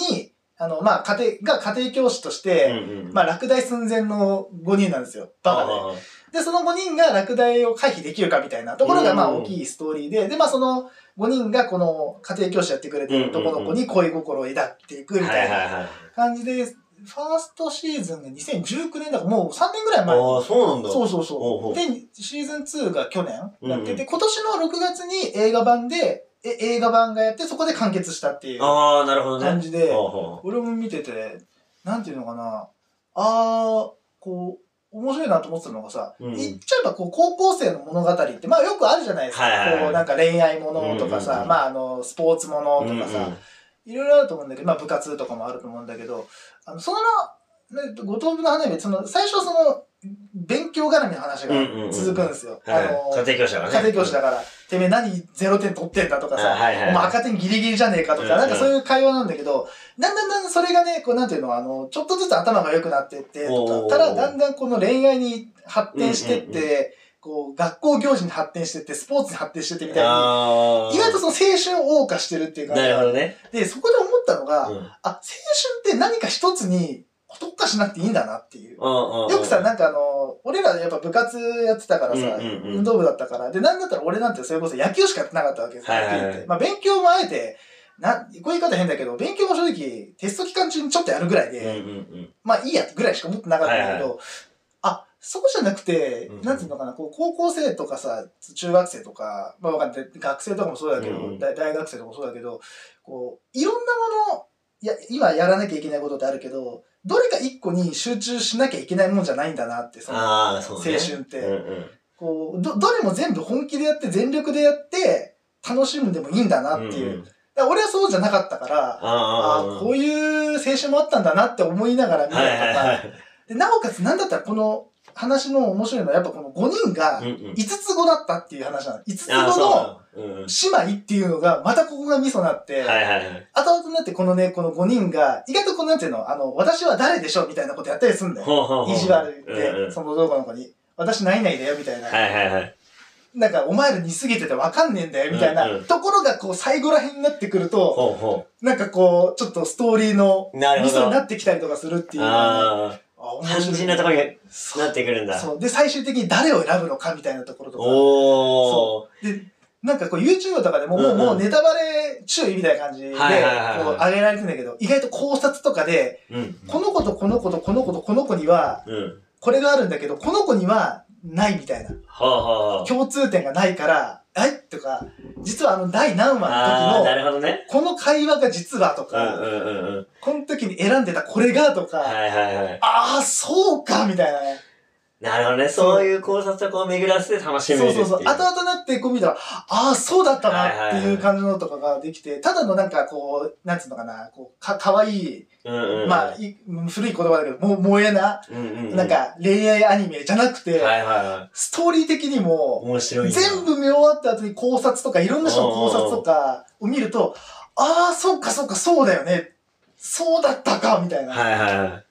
D: あの、まあ、家庭、が家庭教師として、ま
B: あ、
D: あ、落第寸前の5人なんですよ。バカで。
B: あー
D: で、その5人が落第を回避できるかみたいなところが、まあ、
B: う
D: 大
B: ん
D: きいストーリーで、で、まあ、その5人がこの家庭教師やってくれてる男の子に恋心を抱っていくみ
B: はいは
D: た
B: い
D: いな
B: はい。
D: 感じで、ファーストシーズンが2019年だから、もう3年ぐらい前。
B: ああ、そうなんだ。
D: そうそう
B: ほうほ
D: そうう。で、シーズン2が去年やって
B: うんう
D: て、今年の6月に映画版で、え映画版がやって、そこで完結したっていう
B: ああ、なるほどね。
D: 感じで、
B: ほうほ
D: 俺も見てて、なんていうのかな、あー、こう、面白いなと思ってたのがさ、
B: うん
D: 言っちゃえばこう高校生の物語って、まあよくあるじゃないですか。
B: はいはいはい
D: こうなんか恋愛ものとか
B: うんうん
D: さ、
B: うん
D: まああの、スポーツもの
B: う
D: とかさ、
B: うんうん
D: いろいろあると思うんだけど、まあ部活とかもあると思うんだけど、あの、そのな、ね、五等分の花嫁、その、最初その、勉強絡みの話が続くんですよ。あの、
B: はい家庭教師だからね。
D: 家庭教師だから、てめえ何0点取ってんだとかさ、
B: あはいはいはい
D: お前赤点ギリギリじゃねえかとか、
B: うんうん
D: なんかそういう会話なんだけど、だんだんだんだんそれがね、こうなんていうの、あの、ちょっとずつ頭が良くなってって、
B: お
D: と
B: ー
D: か、からだんだんこの恋愛に発展してって、
B: うん
D: こう、学校行事に発展してって、スポーツに発展してってみたいに、
B: ああ。
D: 意外とその青春を謳歌してるっていう感じ
B: なるほどね。
D: で、そこで思ったのが、
B: うん
D: あ、青春って何か一つに特化しなくていいんだなっていう。
B: うんうん。
D: よくさ、なんかあの、俺らやっぱ部活やってたからさ、
B: うんうんうん
D: 運動部だったから、で、なんだったら俺なんてそれこそ野球しかやってなかったわけですよ、
B: はいはいはい
D: 野球ってまあ勉強もあえて、な、こういう言い方変だけど、勉強も正直、テスト期間中にちょっとやるぐらいで、
B: うんうん
D: まあいいやぐらいしか思ってなかったんだけど、
B: はい
D: あ、そこじゃなくて
B: うんう、ん
D: なんていうのかな、こう高校生とかさ、中学生とか、まあわかんない、学生とかもそうだけど、
B: うんうん
D: 大大学生とかもそうだけど、こう、いろんなもの、や、今やらなきゃいけないことってあるけど、どれか一個に集中しなきゃいけないもんじゃないんだなって、
B: う
D: そ
B: ん。
D: の、
B: ああ、そうね。
D: 青春って
B: うんうん。
D: こう、ど、どれも全部本気でやって、全力でやって、楽しむでもいいんだなっていう。
B: んん。
D: だから俺はそうじゃなかったから、
B: あー
D: あ
B: あー、
D: こういう青春もあったんだなって思いながら見た
B: は
D: り
B: い
D: と
B: はい
D: か
B: は、い。
D: で、なおかつなんだったらこの話の面白いのはやっぱこの5人が
B: うんうん。
D: 5つ子だったっていう話なの。5つ
B: ああ、
D: 子の
B: そう。うんうん。
D: 姉妹っていうのがまたここがミソになって、
B: はいはいはい。
D: 後々になってこのね、この5人が意外とこのなんていうの、あの、私は誰でしょうみたいなことやったりするんだよ。
B: ほうほうほう。
D: 意地悪
B: うんう
D: で、
B: ん
D: その動画の子に。私何々だよみたいな。
B: はいはいはい。
D: なんかお前ら似すぎててわかんねえんだよみたいな、
B: うんうん
D: ところがこう最後ら辺になってくると、
B: ほうほ
D: なんかこう、ちょっとストーリーの
B: う。なる
D: ミ
B: ほ
D: ソに
B: ど。
D: な
B: あ
D: ってきたりとかするっていうのがね。
B: あ
D: あ
B: ー、
D: 面
B: 肝
D: 白い
B: 心なところに
D: そう
B: なってくるんだ。
D: そう。で、最終的に誰を選ぶのかみたいなところとか。
B: おー。
D: で、なんかこう YouTube とかでも、もう
B: うんうん
D: もうネタバレ注意みたいな感じで、こう
B: はいはいはいはい
D: 上げられてんだけど、意外と考察とかで、
B: うん。
D: この子とこの子とこの子とこの子には、
B: うん。
D: これがあるんだけど、この子にはないみたいな。
B: ほうほうほう。
D: 共通点がないから、えとか、実はあの第何話
B: ああ、
D: の
B: な
D: 時の、
B: るほどね。
D: この会話が実はと
B: うん
D: か、
B: うんうんうん。
D: この時に選んでたこれがとか、
B: はいはいはい。
D: ああ、そうかみたいなね。
B: なるほどね。そういう考察をこう巡らせて楽しめ
D: そ
B: るっ
D: う
B: てい
D: そうそう。後々なってこう見たら、ああ、そうだったなっていう感じのとかができて、ただのなんかこう、なんつうのかな、こう、か、かわいい、
B: うんうん。
D: まあ、い古い言葉だけど、も、萌えな、
B: うんうんうん、
D: なんか恋愛アニメじゃなくて、
B: はいはいはい。
D: ストーリー的にも、
B: 面白いな。
D: 全部見終わった後に考察とか、いろんな人の考察とかを見ると、ああ、そうかそうか、そうだよね。そうだったか、みたいな。
B: はいはいはい。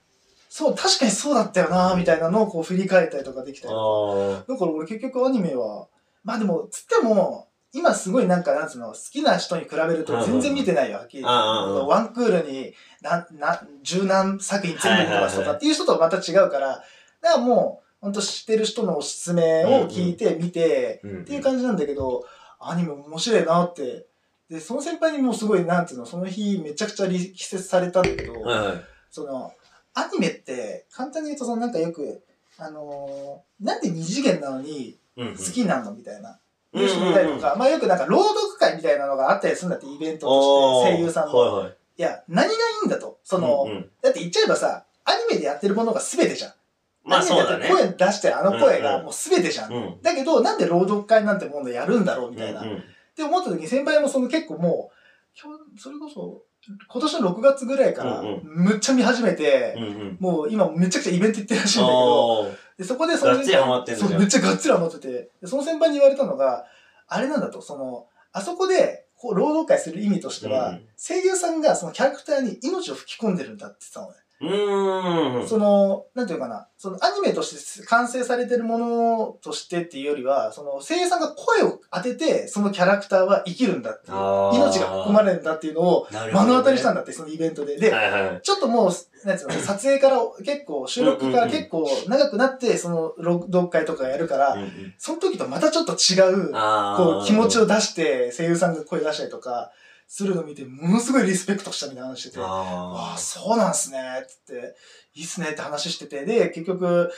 D: そう、確かにそうだったよな、みたいなのをこう振り返ったりとかできたりとか
B: おー
D: だから俺結局アニメは、まあでも、つっても、今すごいなんか、なんつうの、好きな人に比べると全然見てないよ、はっきり言って。
B: うんうんうん
D: ワンクールに、な、な、十何作品全部見てますと
B: はいはいは
D: か
B: い
D: っていう人とはまた違うから、だからもう、ほんと知ってる人のおすすめを聞いて、見て、
B: うんうん
D: っていう感じなんだけど、アニメ面白いなって。で、その先輩にもうすごい、なんつうの、その日めちゃくちゃ力説されたんだけど、
B: うん。
D: その、アニメって、簡単に言うと、そのなんかよく、あのーなんで二次元なのに
B: うん。
D: 好きなのみたいな。
B: うん
D: いう人もいたりとか、まあよくなんか朗読会みたいなのがあったりするんだって、イベントとして、声優さんの。
B: はいはい。
D: いや、何がいいんだと。その、
B: うんうん
D: だって言っちゃえばさ、アニメでやってるものが全てじゃん。
B: まあそう
D: ア
B: だ
D: ニメ
B: ね
D: で。やってる声出して、あの声
B: うん
D: が
B: うん
D: もう全てじゃん。
B: うん。
D: だけど、なんで朗読会なんてものやるんだろうみたいな。
B: うんうん
D: って思った時に先輩もその結構もうひょ、それこそ、今年の6月ぐらいから、
B: うん
D: むっちゃ見始めて、
B: うんうん。
D: もう今めちゃくちゃイベント行ってるらしいんだけど、
B: おー
D: でそこでその
B: がっつりハマってんのじゃん
D: そうめっちゃがっつりハマってて、でその先輩に言われたのが、あれなんだと、その、あそこで、こう、朗読会する意味としては、
B: うん
D: 声優さんがそのキャラクターに命を吹き込んでるんだって言ってたのね。
B: うーん。
D: その、なんていうかな、そのアニメとして完成されてるものとしてっていうよりは、その声優さんが声を当てて、そのキャラクターは生きるんだっていう、
B: あー
D: 命が含まれるんだっていうのを
B: なる
D: 目
B: ほどね
D: の当たりにしたんだって、そのイベントで。で、
B: はいはい。
D: ちょっともう、なんつうの、撮影から結構、収録から結構長くなって、その、録読会とかやるから、
B: うんうん
D: その時とまたちょっと違う、
B: あー
D: こう、気持ちを出して、声優さんが声出したりとか、するの見て、ものすごいリスペクトしたみたいな話してて、ああ
B: あ
D: ー、そうなんすね、つって、いいっすねって話してて、で、結局、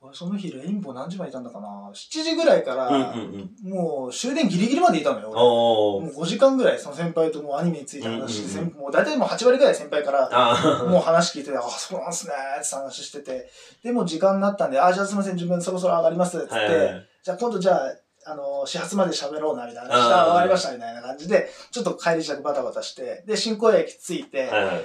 D: 俺その日、レインボー何時までいたんだかな ?7 時ぐらいから、
B: あ。うんうんうん。
D: もう終電ギリギリまでいたのよ。俺
B: お
D: も
B: ー。
D: う5時間ぐらい、その先輩ともうアニメについて話して、
B: うんうん
D: 先もう大体もう8割ぐらい先輩から、
B: あ
D: もう話聞いてて、あ、そうなんすねーって話してて、で、もう時間になったんで、あ、じゃあすいません、自分そろそろ上がりますっつって、
B: あ。はいはいはい。
D: じゃあ今度じゃあ、あの、始発まで喋ろうな、みたいな話
B: あ
D: あ
B: ー
D: わかりました、みたいな感じで、ちょっと帰り支度バタバタして、で、新小岩駅着いて、
B: はいはい。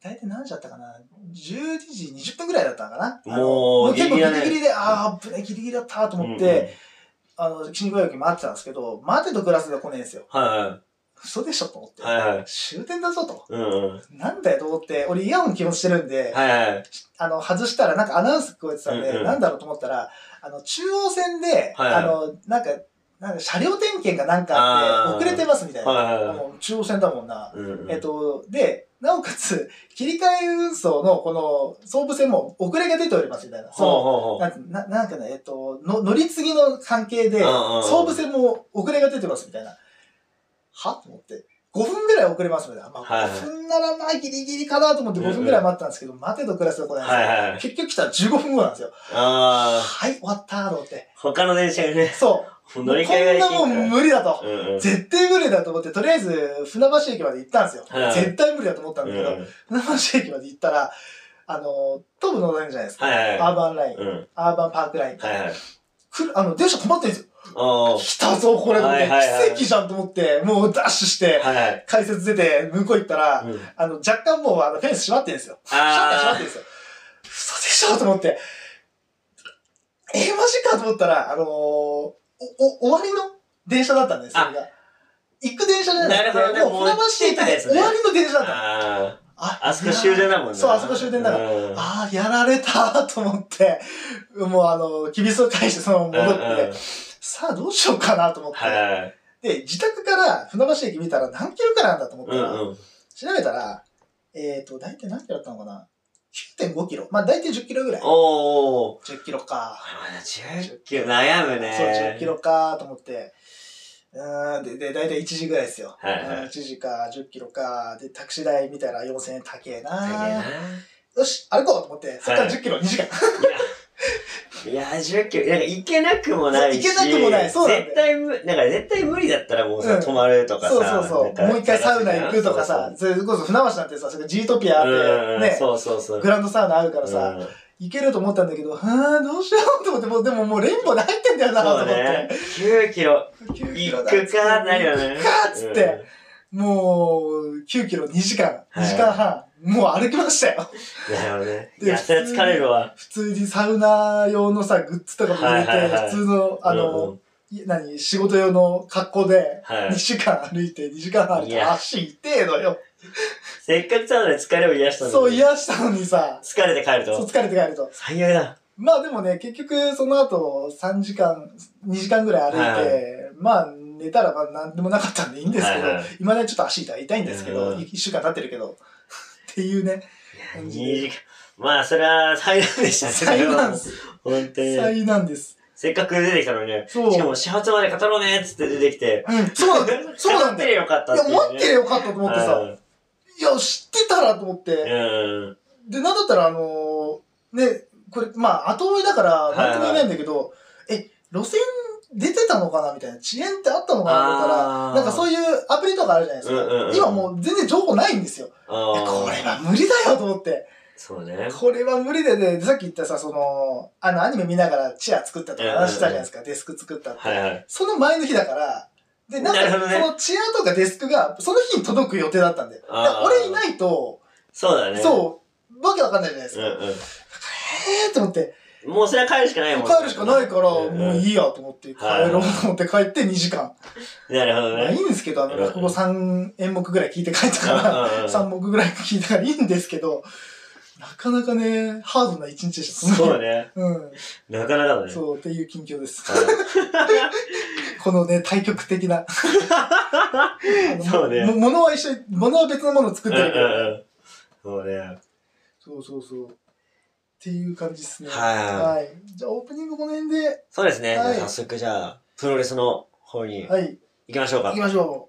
D: 大体何時だったかな ?12 時20分ぐらいだったのかなあの
B: もう
D: もう結構
B: ギ
D: ギ
B: リギリだ
D: リ
B: ね
D: ギリで、あー、危ね、ギリギリだったと思って、
B: うんうん
D: あの、新小岩駅待ってたんですけど、待てと暮らせで来ねえんですよ。
B: は
D: 嘘でしょと思って。
B: いはい。はいはい。
D: 終点だぞと。
B: うんうん。
D: なんだよと思って、俺イヤホン気持ちしてるんで、
B: はいはい。
D: あの、外したらなんかアナウンス聞こえてたんで、
B: うんうん
D: なんだろうと思ったら、あの、中央線で、
B: はいはい
D: あの、なんか、なんか車両点検かなんかあって、
B: あー
D: 遅れてますみたいな。
B: はいはいはい
D: もう中央線だもんな。
B: うんうん
D: えっと、で、なおかつ、 切り替え運送のこの総武線も遅れが出ておりますみたいな。
B: ほう
D: そ
B: ほう
D: う
B: ほう。
D: なんてななんかね、えっと、の乗り継ぎの関係で、
B: うんうんうん
D: 総武線も遅れが出てますみたいな。はと思って。5分ぐらい遅れますみたいな。まあ、
B: はいはい
D: 5分ならまあギリギリかなと思って5分ぐらい待ったんですけど、待てど暮らせど来ないんですよ
B: はいはいはい。
D: 結局来たら15分後なんですよ。
B: ああ、
D: はい、終わったと思って。
B: 他の電車がね、
D: そ
B: も
D: う。
B: う
D: こ
B: 乗り換えが
D: ん
B: で
D: な
B: き
D: も
B: んから
D: ん無理だと。
B: うんうん。
D: 絶対無理だと思って、とりあえず船橋駅まで行ったんですよ。
B: はい
D: 絶対無理だと思ったんだけど、
B: うん
D: 船橋駅まで行ったら、あの、東武野田線じゃないですか。
B: はいはい
D: アーバンライン、
B: うん。はい
D: アーバンパークライン。
B: はい。
D: 来るあの、電車止まってるんですよ。
B: おー。
D: 来たぞ、これ、
B: はいはいはい
D: 奇跡じゃんと思って、もうダッシュして、
B: はいはい。
D: 改札出て、向こう行ったら、
B: うん
D: あの、若干もう、あの、フェンス閉まってるんですよ。シャッター閉まっ
B: あ
D: てるんですよ。嘘でしょと思って。えー、マジかと思ったら、あのーお、お、終わりの電車だったんです、それが。行く電車じゃなく
B: なるほど
D: て、
B: ね
D: もう船橋駅で終わりの電車だ
B: あ。
D: ったの。
B: あ
D: あ
B: あ。あそこ終電だもんな。。
D: そうあそこ終電だから
B: うん
D: ああ、やられたと思って、もうあの、厳しさを返してそのまま戻って、
B: うんうん
D: さあどうしようかなと思って、
B: はい。
D: で、自宅から船橋駅見たら何キロくらいなんだと思った
B: う
D: ら、
B: んうん。
D: 調べたら、えっ、と、大体何キロだったのかな ?9.5 キロ。まあ大体10キロぐらい。
B: おー。
D: 10キロか。
B: まだ10キロ悩むね。
D: そう、10キ。ロかと思って。うーん、で、で、大体1時ぐらいですよ。
B: はいはい
D: うん1時か、10キロか。で、タクシー代見たら4000円高えな
B: だよな。
D: よし、歩こうと思って、そっから
B: はい
D: 10キロ、2時間。
B: いや、いや10キロ、なんか行けなくもないし。
D: 行けなくもないそうなんだよ
B: 絶対無、なんか絶対無理だったらもうさ、
D: うん
B: 泊まるとかさ。
D: そうそう
B: な
D: そ
B: ん
D: う。
B: か
D: もう一回サウナ行くとかさ、それこそ船橋なんてさ、それジートピアあっ
B: う
D: て、
B: んうん
D: ね、
B: そうそうそう。
D: グランドサウナあるからさ、
B: うん
D: 行けると思ったんだけど、はぁ、どうしようと思って、もうでももうレインボーで入ってんだよな、と思
B: そう
D: って
B: ね。。9キロ。
D: 9キ
B: 行
D: ロ
B: く
D: だ
B: かーなるよね。
D: 行くかーっつって、もう、9キロ2時間、
B: はい
D: 2時間半、もう歩きましたよ。
B: うん。なるほどね。い
D: で
B: や、それは疲れるわ。
D: 普通にサウナ用のさ、グッズとかも入れ
B: はいはい
D: て、
B: はい
D: 普通の、あ
B: うんう
D: の
B: ん、
D: い何、仕事用の格好で、
B: は
D: 2
B: い。
D: 時間歩いて、2時間半歩い
B: い
D: て、
B: や
D: 足痛えのよ。
B: せっかくサウナで疲れを癒したのに。
D: そう、癒したのにさ、
B: 疲れて帰る
D: そう
B: と。
D: 疲れて帰ると。
B: 最悪だ。
D: まあでもね、結局その後3時間、2時間ぐらい歩いて、まあ寝たらまあ何でもなかったんでいいんですけど、
B: はいはい
D: 今ねちょっと足痛い痛いんですけど、
B: うん
D: 1週間経ってるけど、っていうね、
B: 2時間。まあ、それは災難でしたね。
D: 災難です。
B: 本当にね。
D: 災難です。
B: せっかく出てきたのにね。
D: そう。
B: しかも、始発まで語ろうねっつって出てきて。
D: うん、そうなんだよ。そう なん
B: 語っ
D: だ
B: てり
D: よ。
B: ゃよかっ
D: い
B: た
D: や、
B: いうね
D: 待ってりゃよかったと思ってさ、いや、知ってたらと思って、
B: うんうん。
D: で、なんだったら、あのーね、これ、まあ、後追いだから、なんとも言えないんだけど、え、路線出てたのかなみたいな、遅延ってあったのかなみたい
B: あ
D: な、
B: ー
D: なんかそういうアプリとかあるじゃないですか。
B: うんうんうん
D: 今もう全然情報ないんですよ。
B: あ
D: いや
B: あ。
D: これは無理だよと思って。
B: そうね。
D: これは無理でね、でさっき言ったさ、その、あの、アニメ見ながらチア作ったとか話したじゃないですか、デスク作ったって。
B: はいはい。
D: その前の日だから、で、なん
B: なるほ
D: か、
B: どね
D: そのチアとかデスクが、その日に届く予定だったんだよ。だから
B: あー
D: 俺いないと、
B: そうだね。
D: そう、わけわかんないじゃないです
B: う
D: か。
B: ん
D: えーと思って、
B: うん。もうそれは帰るしかないもんね
D: 帰るしかないから、
B: んん
D: もういいやと思って、帰
B: はい
D: ろうと思って帰って2時間。
B: なるほど
D: まあい
B: ね。
D: いんですけど、あの、
B: うん
D: 落語3演目ぐらい聞いて帰ったか
B: うんう
D: ら、
B: んうん
D: 3目ぐらい聞いたからいいんですけど、なかなかね、ハードな一日でした。
B: そうね。
D: うん。
B: なかなかだね。
D: そう、っていう近況です。
B: は
D: このね、対極的 な。
B: そうね
D: も物は一緒に、物は別のものを作
B: い
D: っ
B: う
D: てるけど。
B: んうんうん。そうね。
D: そうそうそう。っていう感じですね。。
B: はい
D: じゃあ、オープニングこの辺で、
B: そうですね。
D: はい
B: じゃあ早速じゃあ、プロレスの方に
D: はい、
B: 行きましょうか。
D: 行きましょ